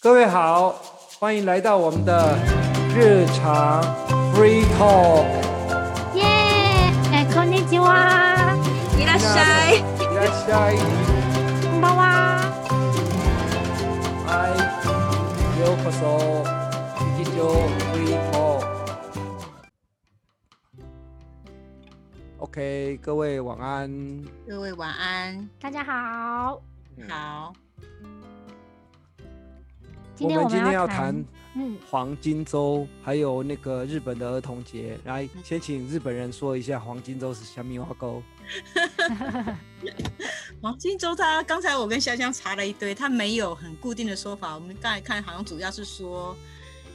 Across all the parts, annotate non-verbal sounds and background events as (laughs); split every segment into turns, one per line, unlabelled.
各位好，欢迎来到我们的日常 free talk。
耶！哎，こんにちは。
伊拉塞，
いらっしゃい。
こんばんは。
嗨，ようこそ。日常 free talk。OK，各位晚安。
各位晚安，
大家好，
好，
我
今天
们
我
今
们
天要
谈
谈，
嗯，
黄金周，还有那个日本的儿童节。来，先请日本人说一下黄金周是虾米花沟。
黄金周它刚才我跟香香查了一堆，它没有很固定的说法。我们刚才看好像主要是说，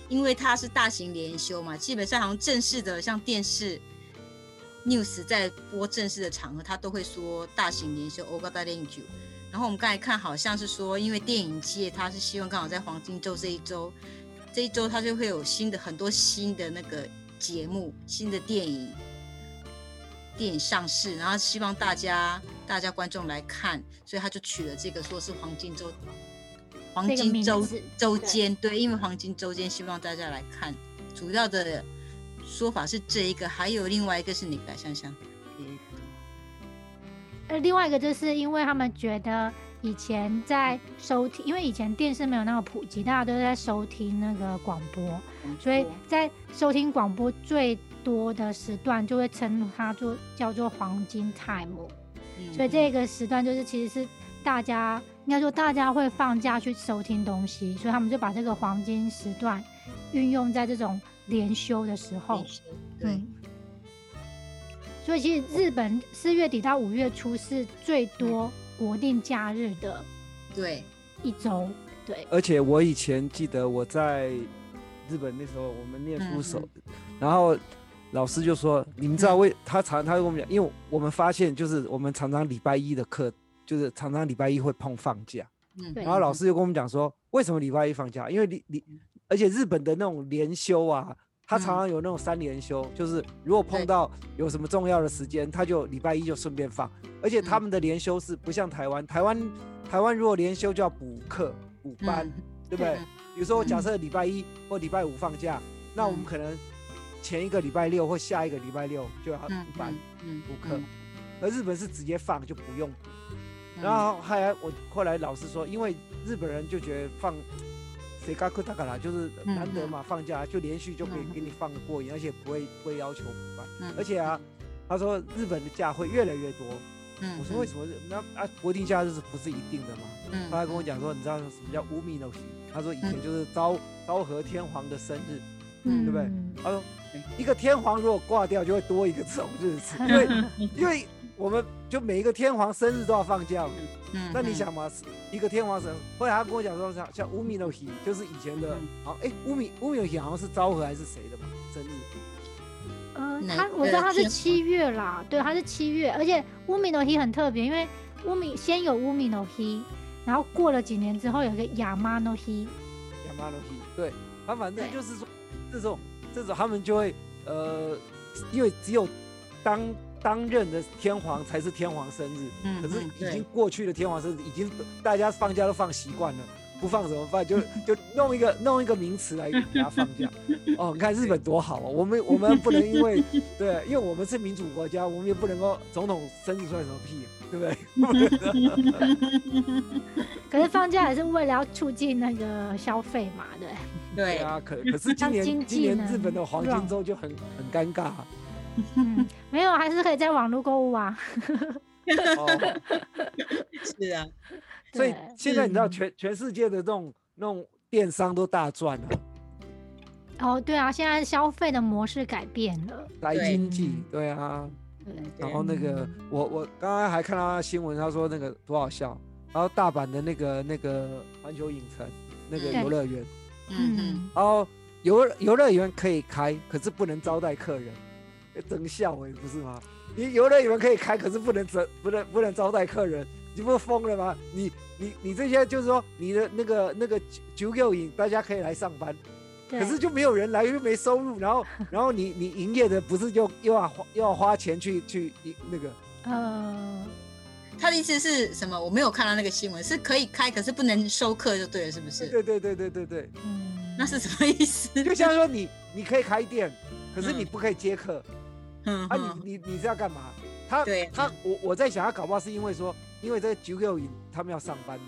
因为它是大型连休嘛，基本上好像正式的像电视 news 在播正式的场合，它都会说大型连休 o g a d a l e n j u 然后我们刚才看好像是说，因为电影界它是希望刚好在黄金周这一周，这一周它就会有新的很多新的那个节目、新的电影、电影上市，然后希望大家大家观众来看，所以他就取了这个说是黄金周，黄
这个
金
名
周
字
周
对
间对，因为黄金周间希望大家来看，主要的说法是这一个，还有另外一个是你来想嗯想，
呃，另外一个就是因为他们觉得以前在收听，因为以前电视没有那么普及，大家都在收听那个广播，所以在收听广播最多的时段就会称它做叫做黄金 time。
嗯
所以这个时段就是其实是大家应该说大家会放假去收听东西，所以他们就把这个黄金时段运用在这种连休的时候
嗯。对，
哦嗯所以其实日本四月底到五月初是最多国定假日的
对，
一周。对，
而且我以前记得我在日本那时候，我们念书时候，
嗯
然后老师就说，你们知道为他常他会跟我们讲，因为我们发现就是我们常常礼拜一的课，就是常常礼拜一会碰放假，
嗯，
对
然后老师就跟我们讲说，为什么礼拜一放假？因为礼礼，而且日本的那种连休啊。他常
嗯
常有那种三连休，就是如果碰
对
到有什么重要的时间，他就礼拜一就顺便放。而且他
嗯
们的连休是不像台湾，台湾台湾如果连休就要补课补班，
嗯
对不对？
嗯
比如说我假
嗯
设礼拜一或礼拜五放假，那我们
嗯
可能前一个礼拜六或下一个礼拜六就要补
嗯
班
嗯嗯
补课
嗯，
而日本是直接放就不用补。
嗯
然后还有我后来老师说，因为日本人就觉得放。谁嘎库达嘎啦，就是
嗯
难得嘛，放假就连续就可以
嗯
给你放过瘾，而且不会不会要求补班。
嗯
而且啊，他说日本的假会越来越多。
嗯
我说为什么日？那啊，国定假日是不是一定的嘛？
嗯
他还跟我讲说，你知道什么叫无米诺皮？他说以前
嗯
就是昭昭和天皇的生日，
嗯，
对不对他说一个天皇如果挂掉，就会多一个这种日
(laughs)
子，因为因为我们就每一个天皇生日都要放假嘛。
嗯
那你想嘛，是一个天皇生，后来他跟我讲说，像像无米诺皮，就是以前的
嗯，
好哎，无米无米诺皮好像是昭和还是谁的嘛生日？
嗯，
哪
他
一
我知道
个
他是
天
七月啦，对，他是七月，而且乌米诺希很特别，因为乌米先有乌米诺希，然后过了几年之后有一个亚麻诺希，
亚麻罗西，对，他反正
对
就是说这种这种他们就会呃，因为只有当当任的天皇才是天皇生日，
嗯
可是
嗯
已
对
经过去的天皇生日已经大家放假都放习惯了。不放怎么办？就就弄一个弄一个名词来给大家放假哦。你看日本多好哦，我们我们不能因为对，因为我们是民主国家，我们也不能够总统生日算什么屁，对不对？
可是放假也是为了要促进那个消费嘛，对。
对
对，
啊，可可是今
当
年
经
今
济
年
呢
日本的黄金周就很很尴尬、啊
嗯，没有，还是可以在网络购物啊。
哦，
是啊，
所以
对
现在你知道
嗯
全全世界的那种那种电商都大赚了，
哦，对啊，现在消费的模式改变了。
来
对
经济
嗯，
对啊。
对，
嗯
然后那个我我刚刚还看到他新闻，他说那个多好笑，然后大阪的那个那个环球影城那个
对
游乐园，
嗯
嗯，
然后游游乐园可以开，可是不能招待客人，真笑哎、不是吗？你游乐园可以开，可是不能招不能不能招待客人，你不是疯了吗？你你你这些就是说你的那个那个酒酒影，大家可以来上班，
对
可是就没有人来，又没收入，然后然后你你营业的不是又又要花又要花钱去去那个，
呃，
他的意思是什么？我没有看到那个新闻，是可以开，可是不能收课就对了，是不是？
对对对对对对，
嗯，
那是什么意思？
就像说你你可以开店，可是你不可以接客、
(laughs) 嗯
啊！
哼，
你你你是要干嘛？他
对
他我我在想，他搞不好是因为说，因为这个九六营他们要上班嘛，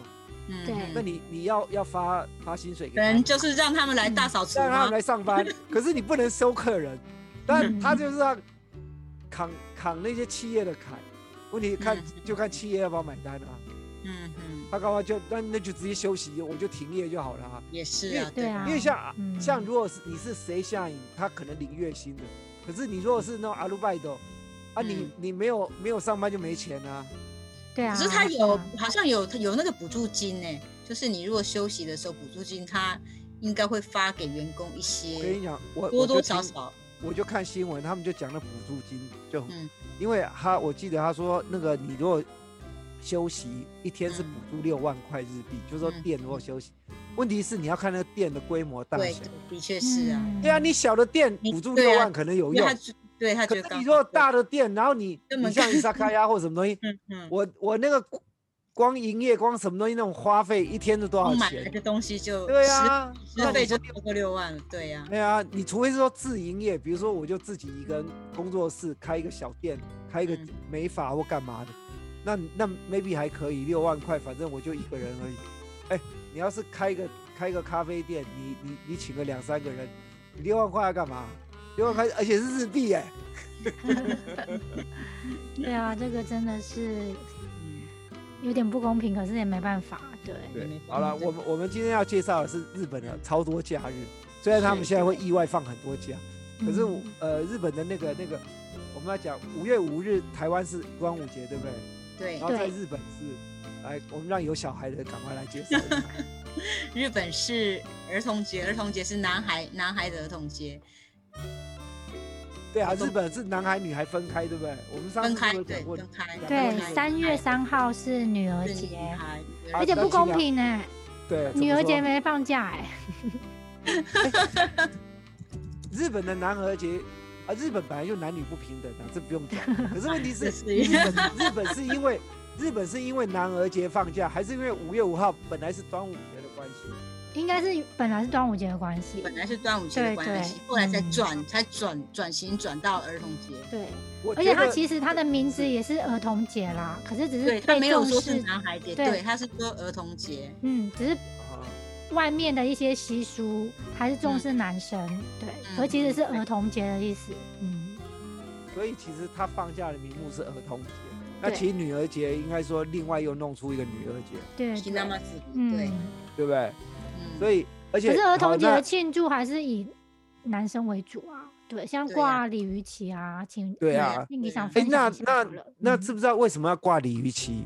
嗯
对
那你你要要发发薪水给
可
他
能
们，
就是啊让他们来大扫除
让他
吗
们？来上班， (laughs) 可是你不能收客人，
嗯
但他就是要扛扛那些企业的坎。问题看
嗯
就看企业要不要买单啊，
嗯嗯，
他干嘛就那那就直接休息，我就停业就好了啊。
也是
因
啊
为，
对啊
因为像、
嗯
像如果是你是谁下影，他可能领月薪的，可是你如果是那种阿鲁拜斗，啊你、
嗯
你没有没有上班就没钱啊，
对啊，
可是他有
嗯
好像有有那个补助金呢，就是你如果休息的时候补助金，他应该会发给员工一
我跟
些
你讲，我
多多
我就听
少少。
我就看新闻，他们就讲了补助金就很，
嗯
因为他我记得他说那个你如果休息一天是补助六万块日币，就是说
嗯
店如果休息，问题是你要看那个店的规模大
对
小，，
的确是啊，，
嗯
对啊，你小的店
你
补助
对啊
六万可能有
因
用
为他，就对他
可
觉
是
得
你
刚
如果
好
大的店，然后你
根
你
本
像
看
伊萨卡亚或什么东西，
嗯嗯，
我我那个光营业光什么东西那种花费一天都多少
我买了
钱？
个东西就
对啊，
十，
那
十
你
倍就
说
超过六万了，对呀、
对啊，你除非是说自营业，比如说我就自己一个人工作室开一个小店，开一个
嗯
美发或干嘛的，那那 maybe 还可以，六万块，反正我就一个人而已。哎，你要是开一个开一个咖啡店，你你你请个两三个人，你六万块要干嘛？六万块，
嗯
而且是日币哎、
对啊，这个真的是
嗯，
有点不公平，可是也没办法，对，
对没
好了，
错
我们我们今天要介绍的是日本的超多假日，虽然他们现在会意外放很多假，
嗯
可是
嗯
我呃日本的那个那个，我们要讲五月五日台湾是端午节，对不对？
对
然，后在
对
日本是，来我们让有小孩的赶快来介绍一
(laughs)
下。
日本是儿童节，儿童节是男孩男孩的儿童节，
对啊，日本是男孩女孩分开，对不对？我们上
分
次
开
是不是
对
讲过
分开
对
分开，
三月三号是女儿
是女
节，
孩，
嗯
对
而且不公平呢，
对怎么
女儿节
说
没放假哎，
日本的男儿节啊，日本本来就男女不平等啊，这不
(laughs)
用讲。可是问题是，
是
日本日本是因为日本是因为男儿节放假，还是因为五月五号本来是端午节的关系？
应该是本来是端午节的关系，
本来是端午节
对
的关系
对，
后来才
嗯
转、才转转型转到儿童节，
对，
我
而
觉
且它
得
其实它的名字也是儿童节啦，可是只
对
是
他
被
没有
重
说是
视，
男孩节，
对
对，他是说儿童节，
嗯，只是
啊
外面的一些习俗还是重视男生，对，
嗯
可其实是儿童节的意思，嗯，
所以其实他放假的名目是儿童节。那
对
其实女儿节应该说另外又弄出一个女儿节，
对，对
提那么子，对
嗯，，
对不对？
嗯，
所以而且
可是儿童节
好那
的庆祝还是以男生为主啊，对，像
对啊
挂鲤鱼旗啊，请
对
啊
那你想
哎
哎
分，
那
享一下
那
好了
那
嗯
知不知道为什么要挂鲤鱼旗？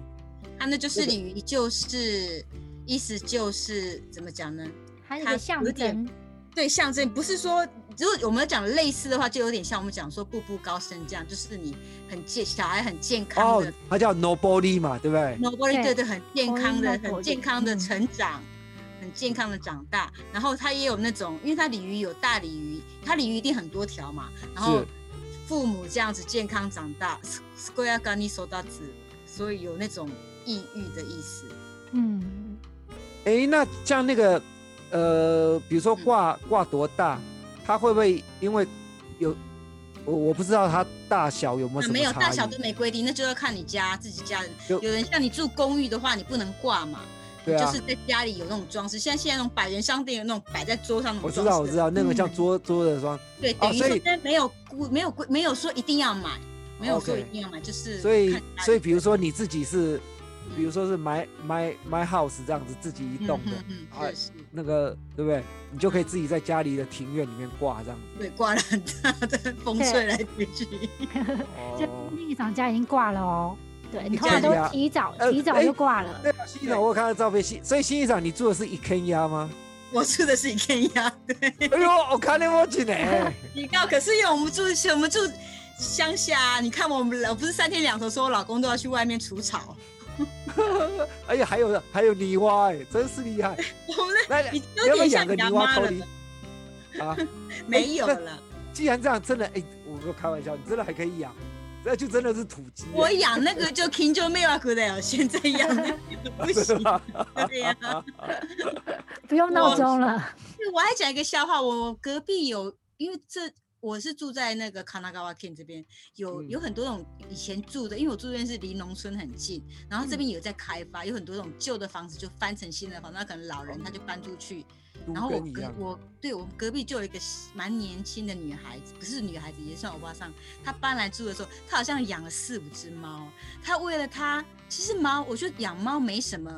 他啊那就是
这个
鲤鱼，就是意思就是怎么讲呢？
还有一
它
个象
有点
征，
对，象征不是说，如果我们讲类似的话，就有点像我们讲说步步高升这样，就是你很健，小孩很健康
哦
的，
它叫 Nobody 嘛，对不对？
，nobody
对
对对，很健康的，
Nobody，
很健康的
嗯
成长，很健康的长大。然后它也有那种，因为它鲤鱼有大鲤鱼，它鲤鱼一定很多条嘛，然后
是
父母这样子健康长大，square g a n i s o d a 所以有那种抑郁的意思。
嗯，
哎，那像那个，呃，比如说
嗯
挂挂多大，它会不会因为有我我不知道它大小有没有
那
什
啊没有
么
大
差
小
异
都？没规定，那就要看你家自己家人。
就
有人像你住公寓的话，你不能挂嘛，
对啊
就是在家里有那种装饰。像现在那种百元商店有那种摆在桌上那
我
种
知
装饰，
道，我知道，那个叫
嗯
桌桌的装，
对，
哦
等于
所
说
以
现在没有规，没有规，没有说一定要买，没有说
OK
一定要买，就是
所以
看家里
所以比如说你自己是，
嗯
比如说是买买买 house 这样子自己一栋的
嗯嗯
啊
嗯，是是，
那个，对不对？你就可以自己在家里的庭院里面挂这样
(laughs)
子。
对，挂了很大的
(laughs)
风吹来吹去，
这
哦，
另一场家已经挂了哦，对你
你
通
家
常都
里啊
提早
呃
提早
哎
就挂了，
对啊，新一长，我有看到照片，新所以新一长你住的是一坑鸭
(laughs)
吗？
我住的是一个样， (laughs) 对。
哎呦，我看你我进来。
你知道，可是因为我们住，我们住乡下、啊，你看我们，我不是三天两头说我老公都要去外面除草，
而且哎还有还有泥蛙哎、真是
(laughs)
厉害！
我们
那你
已经
要不
有
要养
点像
个泥
羊
蛙
妈
偷
了
梨，？啊，
没有了。
(laughs) 既然这样，真的哎、我没有开玩笑，你真的还可以养，那就真的是土鸡耶。啊 (laughs)
我养那个就 King 就没有啊苦的，现在养那个不行。对呀、
不用闹钟了。
我还讲一个笑话，我隔壁有，因为这我是住在那个 Kanagawa Ken 这边，有
嗯
有很多那种以前住的，因为我住这边是离农村很近，然后这边有在开发，有很多那种旧的房子就翻成新的房子，那可能老
哦
人他就搬出去，
都
然后我
跟一
隔
样，
我对我们隔壁就有一个蛮年轻的女孩子，不是女孩子也算欧巴桑。她搬来住的时候，她好像养了四五只猫。她为了她，其实猫，我觉得养猫没什么，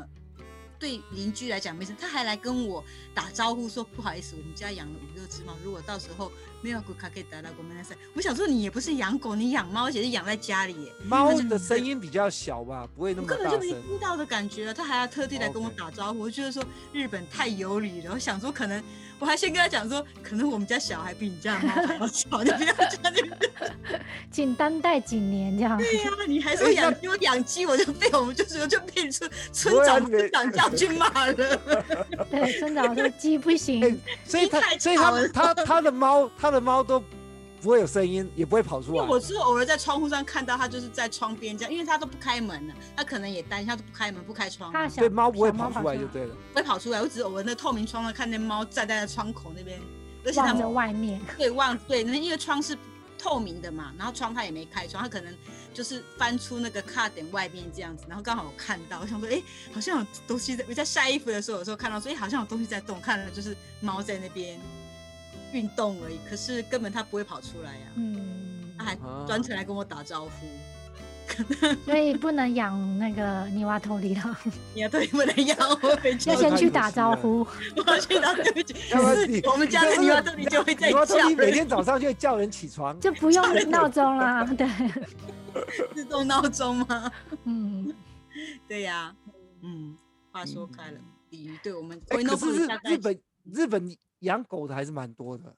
对邻居来讲没什么。她还来跟我打招呼说：“不好意思，我们家养了五六只猫，如果到时候没有狗卡可以打到我们那我想说你也不是养狗，你养猫，而且是养在家里耶，
猫
它就
的声音比较小吧，不会那么
我根本
大
就没
声。
听到的感觉啊了，他还要特地来跟我
OK
打招呼，我觉得说日本太有理了。我想说可能我还先跟他讲说，可能我们家小孩比你家的猫还要吵，你不要讲这个。
请担待几年这样。
(laughs)
对呀、你还说
哎
养
那
鸡，我养鸡我就被我们就说就被村村
对啊
长
你
村长叫去骂
(laughs)
了。
对，村长说鸡不行，
哎所以它
你太，
所以
吵
它，
了
它，它的猫，它的猫都不会有声音，也不会跑出
因
来
为。我是偶尔在窗户上看到他，就是在窗边这样，因为他都不开门了，他可能也担心，他都不开门不开窗，
他
不
想
对，猫不会跑
出
出来就对了。
会跑出来。我只是偶尔那透明窗外看见猫站在那窗口那边，而且他
望
们
着外面，
对，望对，那因为窗是透明的嘛，然后窗它也没开窗，它可能就是翻出那个卡点外面这样子，然后刚好我看到，我想说，哎，好像有东西在，我在晒衣服的时候，有时候看到说，哎，好像有东西在动，看了就是猫在那边运动而已，可是根本它不会跑出来呀、啊
嗯
它，还
啊
专程来跟我打招呼。
所以不能养那个泥瓦头里
(laughs)
了，
你要对不能养我回去
这
要，先去
太可
打
惜
招
了
呼。
我要去拿对不起。
要不然
可
你
是我们家的
你
女
这
儿
是
这里就会在
你猫头
叫
鹰每
人，
天早上就会叫人起床。
就不用闹
(laughs)
钟啦。对，
自动闹钟吗？
嗯，
对呀、嗯，话说
嗯
开了，鲤鱼对我们
哎，
龟诺
可是
布
日
大概
日本日本养狗的还是蛮多的。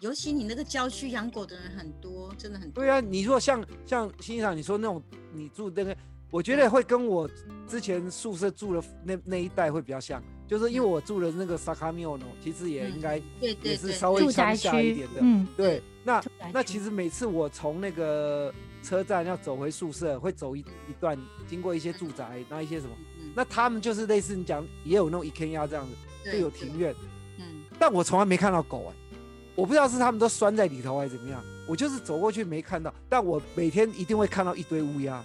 尤其你那个郊区养狗的人很多，真的很多。嗯
对啊，你说像像欣赏你说那种你住那个，我觉得会跟我之前宿舍住的那那一带会比较像，就是因为我住的那个萨卡米诺，其实也应该
对
也
对
是
对，
稍微
住
乡
宅
下一
区
点，的。
嗯，
对，那
住宅
那
区
其实每次我从那个车站要走回宿舍，会走一一段，经过一些住宅，然后一些什么，
嗯
那他们就是类似你讲也有那种一 K 鸭这样子，
嗯
就有庭，院，
对嗯，
但我从来没看到狗哎、我不知道是他们都拴在里头还是怎么样，我就是走过去没看到，但我每天一定会看到一堆乌鸦，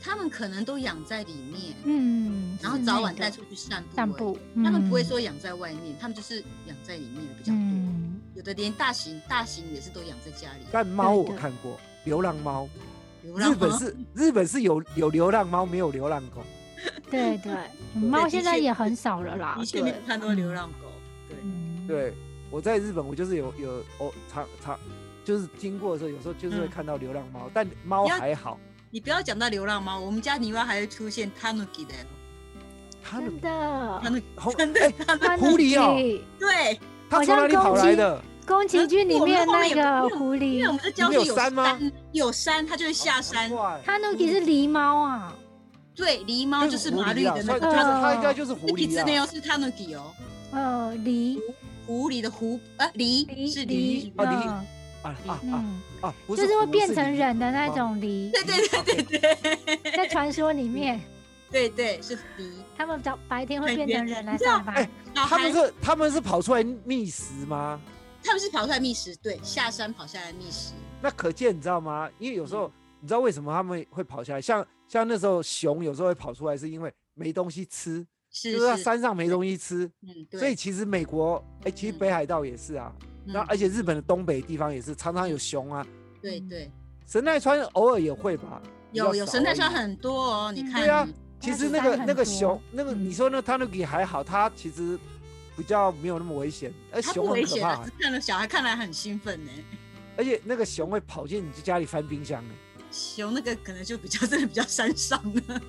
他们可能都养在里面，
嗯，
然后
室
早
内
晚
的
带出去散步。
散步，，
他们不会
嗯
说养在外面，他们就是养在里面的比较多。
嗯，
有的连大型大型也是都养在家里。
但猫
对
我
的
看过，流浪猫，
流浪
日本
猫
是日本是有有流浪猫，没有流浪狗，
(laughs)
对对，猫
的
现在
确
也很少了啦，
的确没
对
有看到流，浪狗。对，
嗯，
对。我在日本，我就是有有哦，常常就是经过的时候，有时候就是会
嗯
看到流浪猫，但猫
你要
还好。
你不要讲到流浪猫，我们家泥蛙还会出现 tanuki 的
嗯它的
真的，
(laughs) ，tanuki
红
真的
哎，
它
狐狸哦
那
对。
它从哪里跑来的？哦
只宫崎骏里
我们
面
后
那
面有
个
没有
狐
因为
狸
我们的郊区
有
有
山吗？哦
有山，它就会下山
好。怪
它那个是狸猫啊，
对，狸猫就
跟
是
狐
麻
狸
绿
啊
的那
算
个，
就是
它
它应该就是狐
狐狸之内
狸啊。
哦是 tanuki 哦，
呃，狸
狐狸的狐呃狸
狸
是
狸
狸，
哦狸
嗯
啊啊啊
嗯，
啊！不
就是是会
狐
变成
狸
人的那种狸，
对对对对对
在传说里
(laughs)
面，
对对是狸。
他们早白天会
感
变
觉
成人来
你知道
上班
哎。
然后
他们
还
是他们是跑出来觅食吗？
他们是跑出来觅食，对，下山跑下来觅食。
那可见你知道吗？因为有时
嗯
候你知道为什么他们会跑下来？像像那时候熊有时候会跑出来，是因为没东西吃，
是
就是它
是，
山上没东西吃。
嗯，
所以
对，
其实美国，哎，其实
嗯
北海道也是啊，然后而
嗯
且日本的东北地方也是常常有熊啊，
对对，
神奈川偶尔也会吧。比较
有有
少
神奈
而已
川很多哦，你
嗯
看
对啊
你
其
它
实
子
那
弹
个
很
那个
多
熊，那个你
嗯
说那 Tanuki 还好，它其实比较没有那么危险，而
它不
熊很
危
可
险啊，
怕
只，看了小孩看来很兴奋呢。
而且那个熊会跑进你家里翻冰箱的。
熊那个可能就比较真的比较山上了。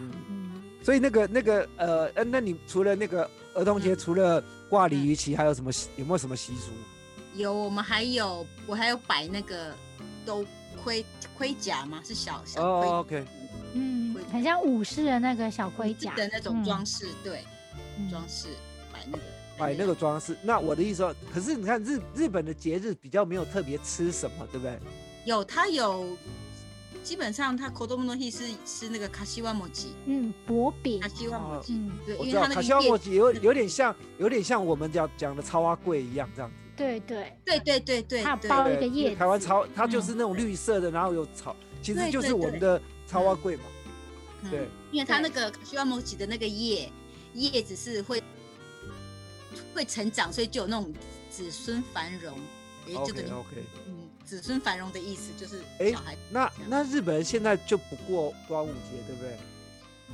嗯，
嗯
所以那个那个呃，呃那你除了那个儿童节，
嗯
除了挂鲤鱼旗，还有什么习有没有什么习俗？
有，我们还有我还有摆那个都盔盔甲嘛，是小小盔、
哦，OK，
嗯
盔，
很像武士的那个小盔甲
的那种
嗯
装饰，对，
嗯
装饰摆那个。
买哎那个装饰。那我的意思说，可是你看日日本的节日比较没有特别吃什么，对不对？
有它有，基本上它 kodomo no hi 是是那个卡西瓦莫吉，
嗯，薄饼
卡，西瓦莫吉，
嗯，
对，
我
因
知
为
道
它
卡
那
西奥
个
莫
叶，
吉有有点像有点像我们讲讲的超阿贵一样这样子。
对对，
对对对对
它有
对，
包
对
一个叶
就是台湾
子
超它就是
嗯
那种绿色的，然后有草，其实
对
就是
对
我
对
们的超阿贵嘛。
嗯
对，
因为它那个卡西瓦莫吉的那个叶叶子是会会成长，所以就有那种子孙繁荣，也就
OK
等于
OK。
嗯子孙繁荣的意思，就是
哎
小孩。
那那日本人现在就不过端午节，对不对？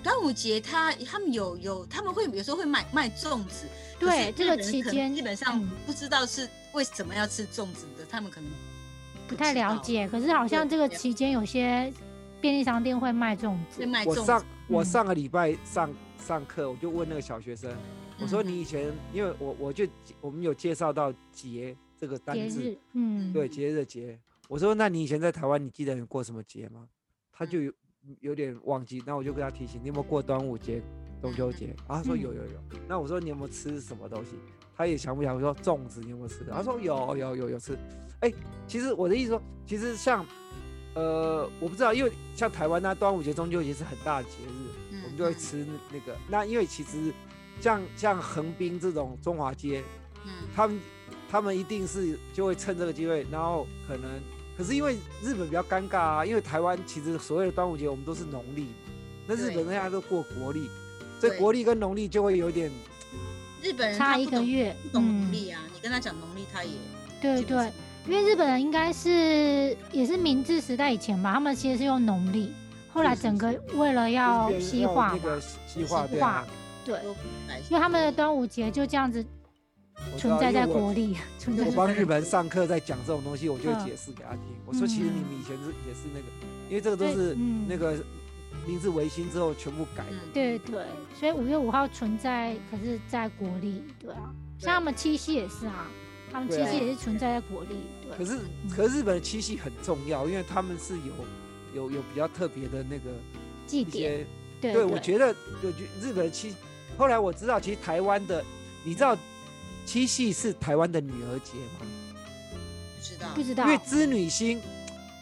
端午节他他们有有他们会有时候会买卖粽子，
对
可
这
是
个
日本人
期
可能
间
基本上
嗯
不知道是为什么要吃粽子的，他们可能
不太了解，可是好像这个期间有些便利商店会卖粽
会
子，
卖
我
粽
上
子。
我
嗯
上个礼拜上上课，我就问那个小学生，我说
嗯
你以前，因为我我就我们有介绍到节这个单
节
字，
日，嗯，
对节日的节。我说那你以前在台湾，你记得你过什么节吗？他就有有点忘记，那我就跟他提醒，你有没有过端午节、中秋节？啊，他说
嗯
有有有。那我说你有没有吃什么东西？他也想不起来。我说粽子你有没有吃？他说有有有有吃。哎，其实我的意思说，其实像呃，我不知道，因为像台湾那端午节、中秋节是很大的节日，
嗯
我们就会吃那那个。那因为其实像像横滨这种中华街，
嗯
他们他们一定是就会趁这个机会，然后可能可是因为日本比较尴尬啊，因为台湾其实所谓的端午节我们都是农历，那日
对
本人家都过国历，所以
对
国历跟农历就会有点
日本人
差
他
一
不
个
懂
月
不，懂农
嗯，
历啊，你跟他讲农历，他也
对
基本
对
上，
因为日本人应该是也是明治时代以前吧，他们其实是用农历，后来
是是
整个
是
为了要
就是变
西化
那
嘛
个，西化对
化
啊，
对，
都百
因为他们的端午节就这样子
我知
存
道
在
因为
在
我
国历， (laughs) 存在
我
在
帮日本人上课在讲这种东西，我就
嗯
会解释给他听。我说其实你们以前是也是那个，因为这个都
对
是
嗯
那个明治维新之后全部改的。
嗯
对对，所以五月五号存在，可是在国历，对啊，
对
像他们七夕也是啊，他们七
对啊
夕也是存在在国历，对。
可是可是日本的七夕很重要，因为他们是有有有比较特别的那个
祭
一
典，
些。
对
对，我觉得我觉日本的七，后来我知道其实台湾的，你知道七夕是台湾的女儿节吗？
不知道
不。知道
因，为织女星，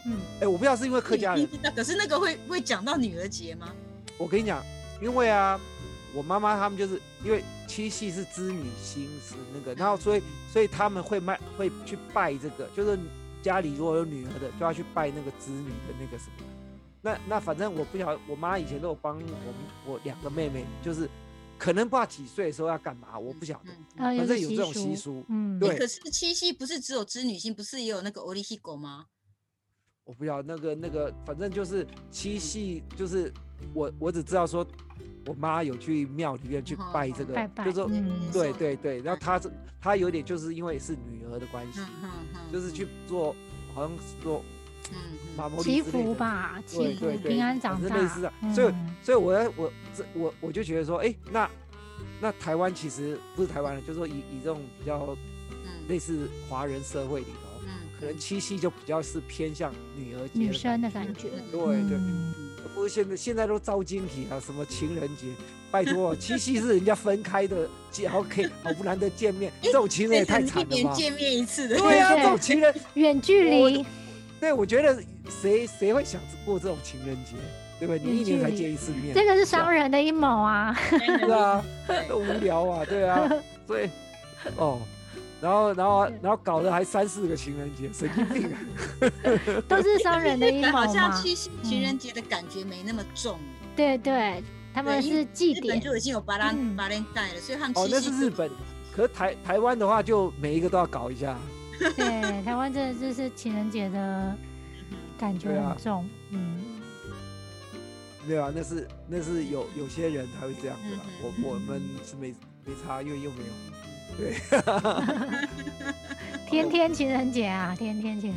嗯，
哎，我不知道是因为客家
已经
人，
知道，可是那个会会讲到女儿节吗？
我跟你讲，因为啊，我妈妈他们就是因为七夕是织女星是那个，然后所以所以他们会卖会去拜这个，就是家里如果有女儿的，就要去拜那个织女的那个什么。那那反正我不晓得，我妈以前都有帮我们我两个妹妹，就是可能不知道几岁的时候要干嘛，我不晓得，
嗯
呃，
嗯
反
个
正有这种习
习，
俗，
嗯，
对
诶哎可是七夕不是只有织女性，不是也有那个 o l i h i g o 吗？
我不晓得那个那个，反正就是七夕，就是我我只知道说，我妈有去庙里面去
嗯
拜这个，
拜拜
就说
嗯
对
送
对对，然后她是她有点就是因为是女儿的关系，
嗯嗯嗯，
就是去做好像是做
嗯嗯
马摩利
祈
之类
福
的，
吧，
对
祈福
对对，
平安长
反正类似
大
的，所以
嗯
所以我要我这我我就觉得说，哎，那那台湾其实不是台湾了，就是说以以这种比较
嗯
类似华人社会里头，
嗯，
可能七夕就比较是偏向女儿节
女生的
觉
感觉，
对对
嗯
嗯
不过现在现在都招晶体啊，什么情人节，拜托，七夕是人家分开的，节好可以好不难得见面，
哎
这种情人也太惨
一
了
年
吧？
见面一次的，
对啊，
对
这种情人，
远距
我
离，
对我觉得谁谁会想过这种情人节，对不对？你一年才见一次面，
这个是商人的阴谋啊，
是啊，都无聊啊，对
(laughs)
啊，所以哦，然后然后然后搞得还三四个情人节，神经病啊！
都是商人的阴谋
(laughs) 好像
嘛，
七夕情人节的感觉没那么重。
对对，他们
对因
是
为
祭
日本
典，
就已经有巴拉
嗯
巴连带了，所以他们
哦，
七
那
夕
是日本，可是台台湾的话就每一个都要搞一下，
对，台湾真的就是情人节的感觉
对啊
很重，嗯，
没有啊，那是那是有有些人才会这样子啦。
嗯
我我们是没没差，因为又没有。
天天情人节啊，天天情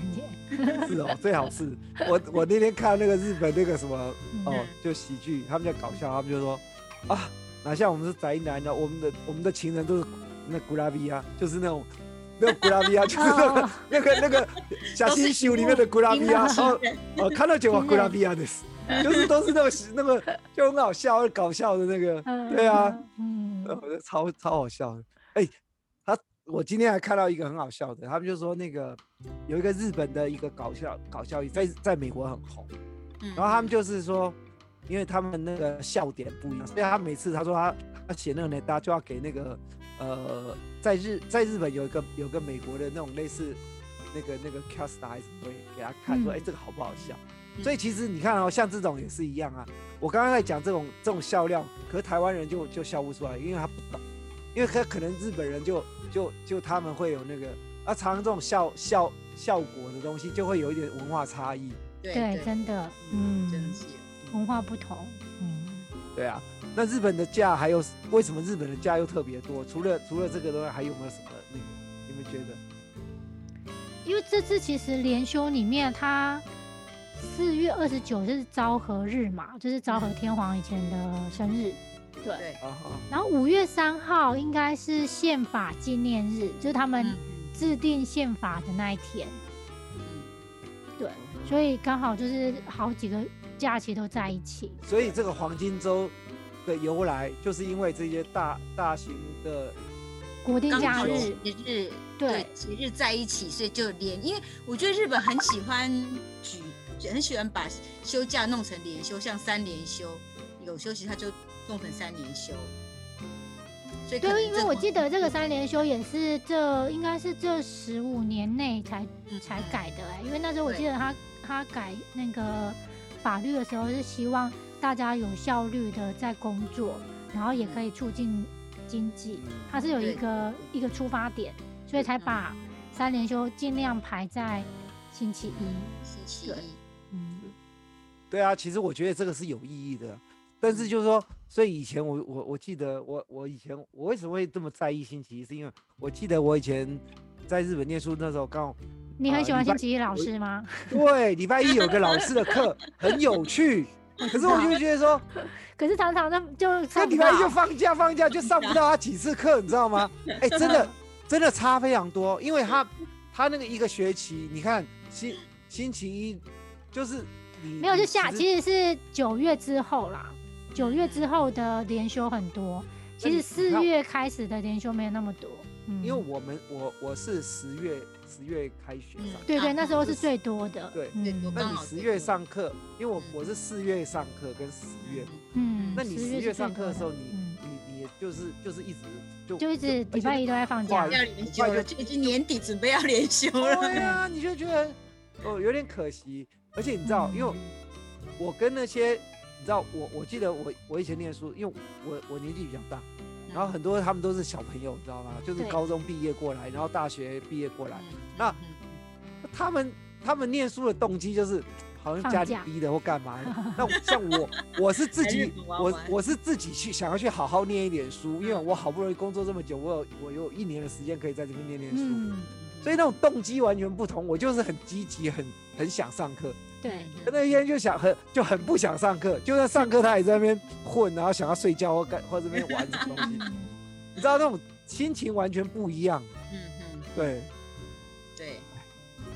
人节，
是哦，最好是。我我那天看那个日本那个什么哦
嗯，
就喜剧，他们在搞笑，他们就说啊，哪像我们是宅男呢？我们的我们的情人都是那古拉比亚，啊就是那种。那种古拉比
(laughs)
亚就是那个、
哦
那个那个小新秀里面的古拉比亚，
情
哦
人
哦，看到就哇古拉比亚的，就是都是那种那个就很好笑、搞笑的那个。
嗯
对啊，
嗯，
呃超超好笑的。哎、我今天还看到一个很好笑的，他们就说那个有一个日本的一个搞笑搞笑艺，在在美国很红，
嗯
然后他们就是说，因为他们那个笑点不一样，所以他每次他说他他写那个呢，大家就要给那个呃，在日在日本有一个有个美国的那种类似那个那个 cast i 会给他看说，
嗯
哎、这个好不好笑？所以其实你看哦，像这种也是一样啊。我刚刚在讲这种这种笑料，可是台湾人就就笑不出来，因为他不懂，因为他可能日本人就就就他们会有那个啊，常常这种笑笑效果的东西就会有一点文化差异，
对
对，真的，嗯，
真的是有。
文化不同，嗯，
对啊。那日本的假还有为什么日本的假又特别多？除了除了这个东西，还有没有什么那个？你们觉得？
因为这次其实连休里面，它四月二十九是昭和日嘛，就是昭和天皇以前的生日，对。
对，
啊啊，
然后五月三号应该是宪法纪念日，就是他们
嗯
制定宪法的那一天，对，
嗯
所以刚好就是好几个假期都在一起，
所以这个黄金周的由来，就是因为这些大大型的
国定
刚
假
好
日，
节日
嗯对
节日在一起，所以就连，因为我觉得日本很喜欢举，很喜欢把休假弄成连休，像三连休，有休息他就弄成三连休。所以可能
对，因为
这
我记得这个三连休也是这应该是这十五年内才
嗯
才改的哎、因为那时候我记得他他改那个法律的时候是希望大家有效率的在工作，然后也可以促进经济，
嗯
它是有一
对
个一个出发点，所以才把三连休尽量排在星期一。
星期
对
一，
嗯，
对啊，其实我觉得这个是有意义的，但是就是说，所以以前我我我记得我我以前我为什么会这么在意星期一，是因为我记得我以前在日本念书那时候刚好，
你
呃
很喜欢
礼拜
星期一老师吗？
对，礼拜一有个老师的课很有
(laughs)
趣，可是我就觉得说，
可是常常都就
那
上不
礼拜一就
到。
放假放假就上不到他啊几次课，你知道吗？哎，真的真的差非常多，因为他他那个一个学期，你看星星期一就是你
没有，就
你
下
嗯实
其实是九月之后啦，九月之后的连休很多，其
你
实
你
四
看
月开始的连休没有那么多，嗯，
因为我们我我是十月十月开学上，
嗯对对，
啊
那时候
就是是
最多的，
对
最多
那
刚
你
嗯
好
十
最
月
多
上课，因为我
嗯
我是四月上课跟十月嘛，
嗯，
那你
10
十
是最
月上课的时候，
多
你嗯
嗯
你你也就是就是一直就
就一直礼拜一都在放假
哇，
要连休了，就已经年底准备要连 (laughs) 休了。
对啊，你就觉得哦有点可惜，而且你知道，因为我跟那些你知道我我记得我我以前念书，因为我我年纪比较大，
嗯
然后很多他们都是小朋友，你知道吗？就是
对
高中毕业过来，然后大学毕业过来。
嗯
那
嗯嗯
他们他们念书的动机就是好像
放
家里
假
逼的或干嘛的。那我像我，我是自
来日
己，
本玩
我
玩
我是自己去想要去好好念一点书，因为我好不容易工作这么久，我有我有一年的时间可以在这边念念书，
嗯，
所以那种动机完全不同。我就是很积极，很很想上课，
对，
可那一天就想很就很不想上课，就算上课他也在那边混，然后想要睡觉或干或这边玩什么东
啊
西，
嗯
你知道那种心情完全不一样，
嗯嗯，
对。
对，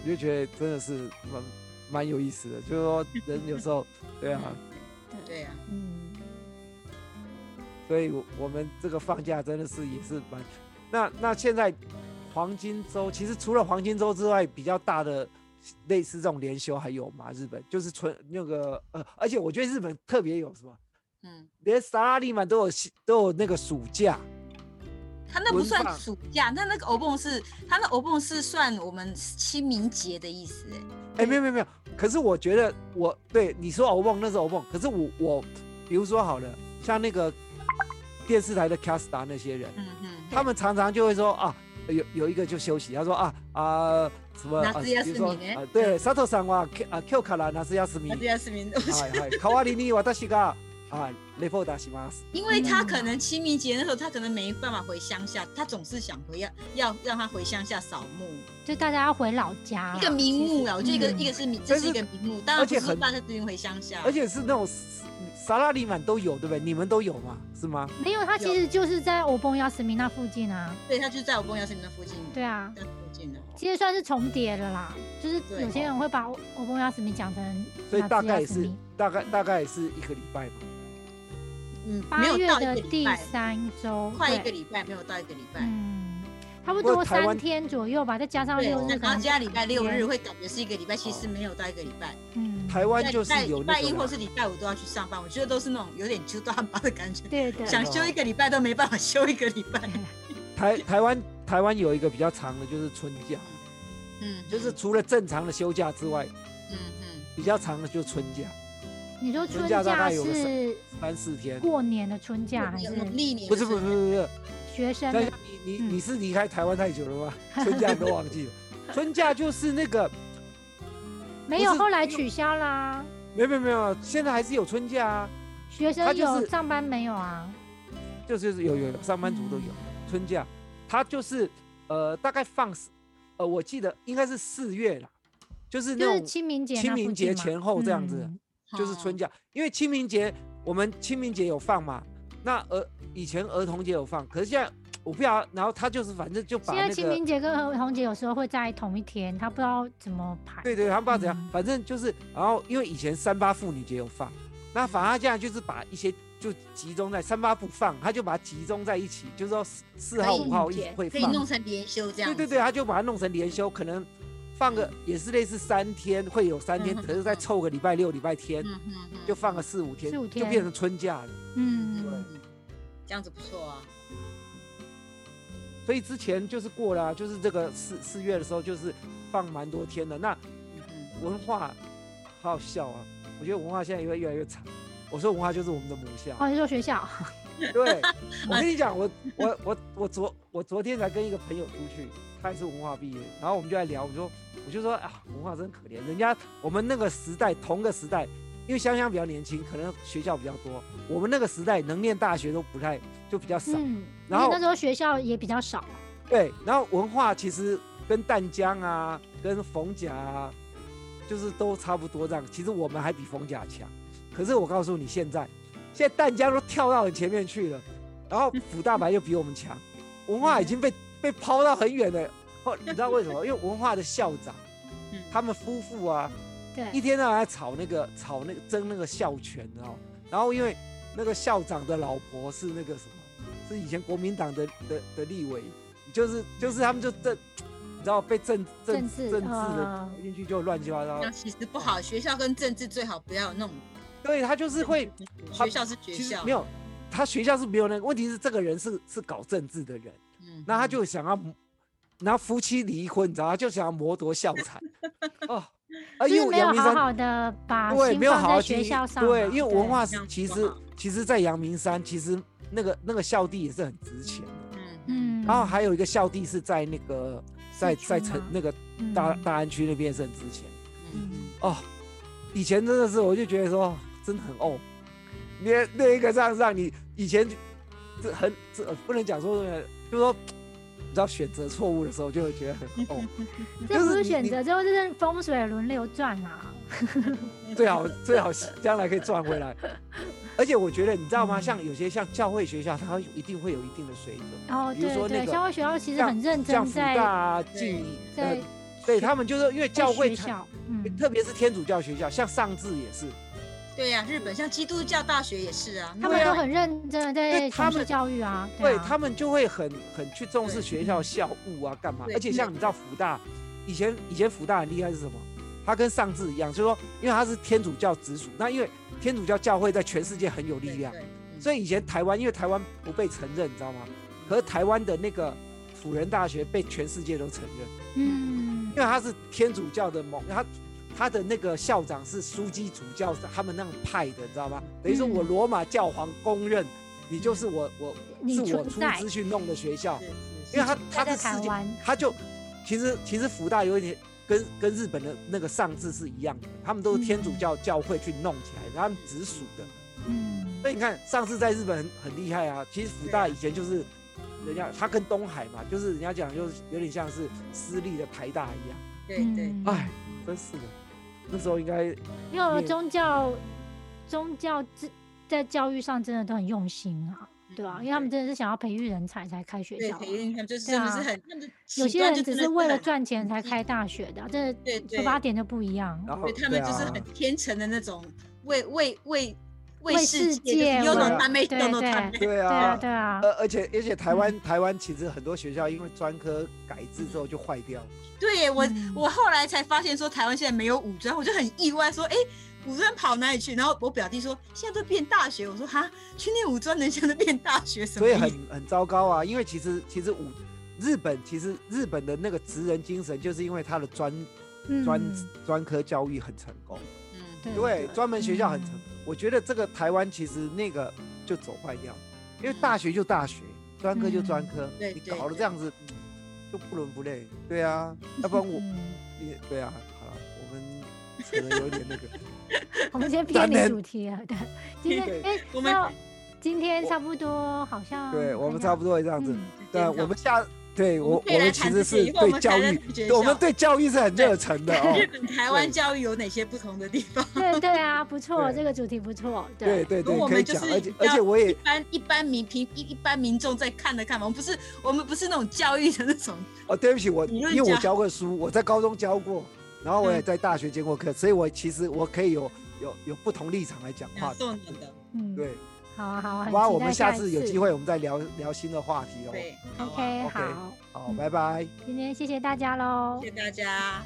我就觉得真的是蛮蛮有意思的，就是说人有时候，对啊，
对啊，
嗯，
所以我我们这个放假真的是也是蛮，那那现在黄金周其实除了黄金周之外，比较大的类似这种连休还有吗？日本就是纯那个呃，而且我觉得日本特别有什么，
嗯，
连萨拉利曼都有薪都有那个暑假，
他那不算
文化
暑假，那那个欧蹦是，他那欧蹦是算我们清明节的意思，哎
哎、没有没有没有，可是我觉得我对你说欧梦那是欧梦，可是我我比如说好了，像那个电视台的 Casta 那些人。
嗯嗯，
他们常常就会说啊，有有一个就休息，他说啊啊什么，啊
夏休みね
比如说啊对，佐藤さんはきあ今日から夏休み、
那
はい
第二次名，
はい、代わりに私があレポートします。
因为他可能清明节的时候，他可能没办法回乡下，他总是想回要要让他回乡下扫墓，
就大家要回老
啊
家啦，
一个名目啊啦，我觉得一个
嗯
一个是名，
但
这
是
是一个名目，当然不
而且
是
很
大家自己回乡下，
而且是那种萨拉利满都有，对不对？你们都有吗？是吗？
没有，它其实就是在欧蹦亚斯米那附近啊，
对他就在我公要是你的附近，
对啊，
在附近的，
其实算是重叠的啦，就是
对
有些人会把欧蹦亚斯米讲成
所以大概也
夏至
是
休
大概大概也是一个礼拜嘛。
嗯，
八
没有
月
到一
的
个礼
第
拜，
三周，
快一
对
个礼拜没有到一个礼拜，
嗯，差不
不过
多
台
三
湾
天左右吧，再加上
对
六日，，
然后加礼拜六日
天，
会感觉是一个礼拜，其实
哦
没有到一个礼拜。
嗯，
台湾就
在
是有
礼
那啊
拜一
个
或
啦
是礼拜五都要去上班，我觉得都是那种有点揪大麻的感觉，
对嗯对，
想休一个礼拜都没办法休一个礼拜。
台台湾台湾有一个比较长的就是春假，
嗯，
就是除了正常的休假之外，
嗯嗯，
比较长的就是春假，
你说春
春假大概有个
是
三四天。
过年的春假还
有
是
有历年
不是不是不是不是，
学生
但
的
是？你你
嗯
你是离开台湾太久了吗？ (laughs) 春假你都忘记了，春假就是那个
没有，
不是
后来取消啦。
没有没有没有，现在还是有春假啊，
学
他
生
就
有
是
上班没有啊？
就是有有有上班族都有
嗯
春假，它就是呃大概放四呃我记得应该是四月啦，就是那
就是
种
清明节那
清明
附近
节
嘛
前后这样子
嗯
就是春假，因为清明节我们清明节有放嘛，那儿以前儿童节有放，可是现在我不晓得，然后他就是反正就把
现
那
在
个
清明节跟儿童节有时候会在同一天，他不知道怎么排。
对对，他们不知道怎样，
嗯
反正就是，然后因为以前三八妇女节有放，那反而他现在就是把一些就集中在三八不放，他就把它集中在一起，就是说四四号
可以
五号一
理解
起会
可以
放，
弄成连休这样
对
子。
对对，啊他就把它弄成连休，可能放个也是类似三天，会有三天，
嗯嗯嗯
可是再凑个礼拜六、礼拜天，
嗯嗯嗯，
就放个四五天，
四五
就变
天
成春假了。
嗯，
这样子不错啊。
所以之前就是过了啊、就是这个四四月的时候，就是放蛮多天的。那
嗯
文化好好笑啊，我觉得文化现在也会越来越长。我说文化就是我们的母校，
哦，你说学校，
对，我跟你讲，我我我我昨我昨天才跟一个朋友出去，他也是文化毕业，然后我们就在聊，我说我就说啊，文化真可怜，人家我们那个时代同个时代，因为香香比较年轻，可能学校比较多，我们那个时代能念大学都不太就比较少，
嗯，因
啊然
为
后
那时候学校也比较少，
对，然后文化其实跟淡江啊，跟逢甲啊，就是都差不多这样。其实我们还比逢甲强，可是我告诉你，现在现在淡江都跳到很前面去了，然后辅大白又比我们强，文化已经被被抛到很远了。后你知道为什么？因为文化的校长
嗯，
他们夫妇啊，一
对，
天到晚在吵那个吵那个争那个校权，然后然后因为那个校长的老婆是那个什么，是以前国民党的的的立委，就是就是他们就政，你知道被政政
政治
政治的
啊
进去就乱七八糟
那，其实不好，学校跟政治最好不要有那种。
对他就是会
学校是学
其实
校，
没有。他学校是没有那个问题，是这个人是是搞政治的人，
嗯，
那他就想要，然后夫妻离婚，你知道吗，他就想要谋夺校产，哦，啊，
就
因
是
为
没有
阳明
好
山
好的把
对，
啊心
没有
放
好好
在
经
学
营
校上嘛，
对，因为文化
这样
其
不
实
好
其实，在阳明山，其实那个那个校地也是很值钱的。
嗯嗯
嗯，
然后还有一个校地是在那个在
市
在
区
城
吗
那个
嗯
大大安区那边也是很值钱
嗯，
哦。以前真的是，我就觉得说真的很哦，那那一个让让你以前就这很这呃不能讲说，就是说你知道选择错误的时候，就会觉得很哦。
(laughs) 这不
就是是
选
你
择，这就是风水轮流转啊，
最好最好是将来可以赚回来。而且我觉得你知道
嗯
吗？像有些像教会学校，它会一定会有一定的水准，
哦，
比如
对
说
对，
那个
校外学校其实
像
很认
像
真
福
在
大啊、
对
静宜，
在
呃，对他们就是因为
在
教会
学
它，
校，嗯，
特别是天主教学校，像上智也是，
对呀，日本像基督教大学也是啊，
他
对
们
啊
都很认真的在
对他
从事
们
教育啊，
对
啊
他们就会很很去重视
对
学校校务啊，干嘛？
对
而且像你知道福大，以前以前福大很厉害是什么？它跟上智一样，就是说，因为它是天主教直属，那因为天主教教会在全世界很有力量。啊所
以
以以前台湾因为台湾不被承认，你知道吗？可是台湾的那个辅仁大学被全世界都承认，
嗯
因为他是天主教的某，他他的那个校长是枢机主教，他们那种派的，你知道吗？等于说我
嗯
罗马教皇公认你就是我我
你
是我
存
出
在
资去弄的学校，因
因
为
为
他
在
他
在
是
台
世界
湾，
他就其实其实福大有一点跟跟日本的那个上智是一样的，他们都是天主
嗯
教教会去弄起来的，他们直属的。
嗯，
所以你看，上次在日本很很厉害啊。其实福大
对啊
以前就是人家，他跟东海嘛，就是人家讲就是有点像是私立的台大一样。
对对，
嗯
哎，真是的，那时候应该
因为
你
宗教宗教这在教育上真的都很用心啊，对
嗯
吧、因为他们真的是想要培育人才才开学
对
校啊、
培育他们就是真的是很，他们的
有
起
些
端
人
就
只
真
是
的
为了
很，
赚
嗯
钱才开大学的啊，这
对
出
对，
发点就不一样。
然后
对他们就是
啊
很天成的那种为为为为
为
世
世
界，
界
有
为
种他妹，
对
有种他
对
妹，
对
对啊
啊，
对啊，
呃，而且而且台湾台湾其实很多学校因为专科改制之后就坏掉了，
对我
嗯
我后来才发现说台湾现在没有五专，我就很意外说，哎，五专跑哪里去？然后我表弟说现在都变大学，我说哈，去念五专的现在都变大学，什么
所以
意
很
思？
很糟糕啊。因为其实其实五日本其实日本的那个职人精神，就是因为它的专
嗯
专专科教育很成功，
嗯，
对
对，专门学校很成
嗯。
我觉得这个台湾其实那个就走坏掉，因为大学就大学，专科就专科，
对
你
对
搞了
对
这样子嗯就不伦不类。对啊，要不然我
嗯
也对啊，好了，我们可能有点
(laughs)
那个。
我们先
咱
偏离
们
主题啊了，对，今
对
天哎，
我们
那今天差不多好像
对我
可
们
以
差
了
不多也这样子。
嗯
对，啊
这
我
样
们下对我
可以
我
来
们其
谈这
实
些
是
以后我
对
们
教
谈在
育，
学
对我
校
们对教育是很热忱
(laughs)
的哦
日。本、台湾
对
教育有哪些不同的地方？
对对啊，不错，
对
这个主题不错，
对
对，
对
如
对
果，我
可以
们就
讲，
是
而且
比
而且
较
我
一
也
般一般民平一一般民众在看的看法，我们不是我们不是那种教育的那种，
哦，对不起，我
理论
因为我
家
教过书，我在高中教过，然后我也在大学兼过课，所以我其实我可以有有有不同立场来讲话
两。种的。
嗯，
对，
好啊好啊，
好
很
吧，
期
我
待
们
下
下次有机会我们再聊聊新的话题哦。
对好啊
，OK，
OK
好，
好，拜拜。
今天谢谢大家喽，
谢谢大家。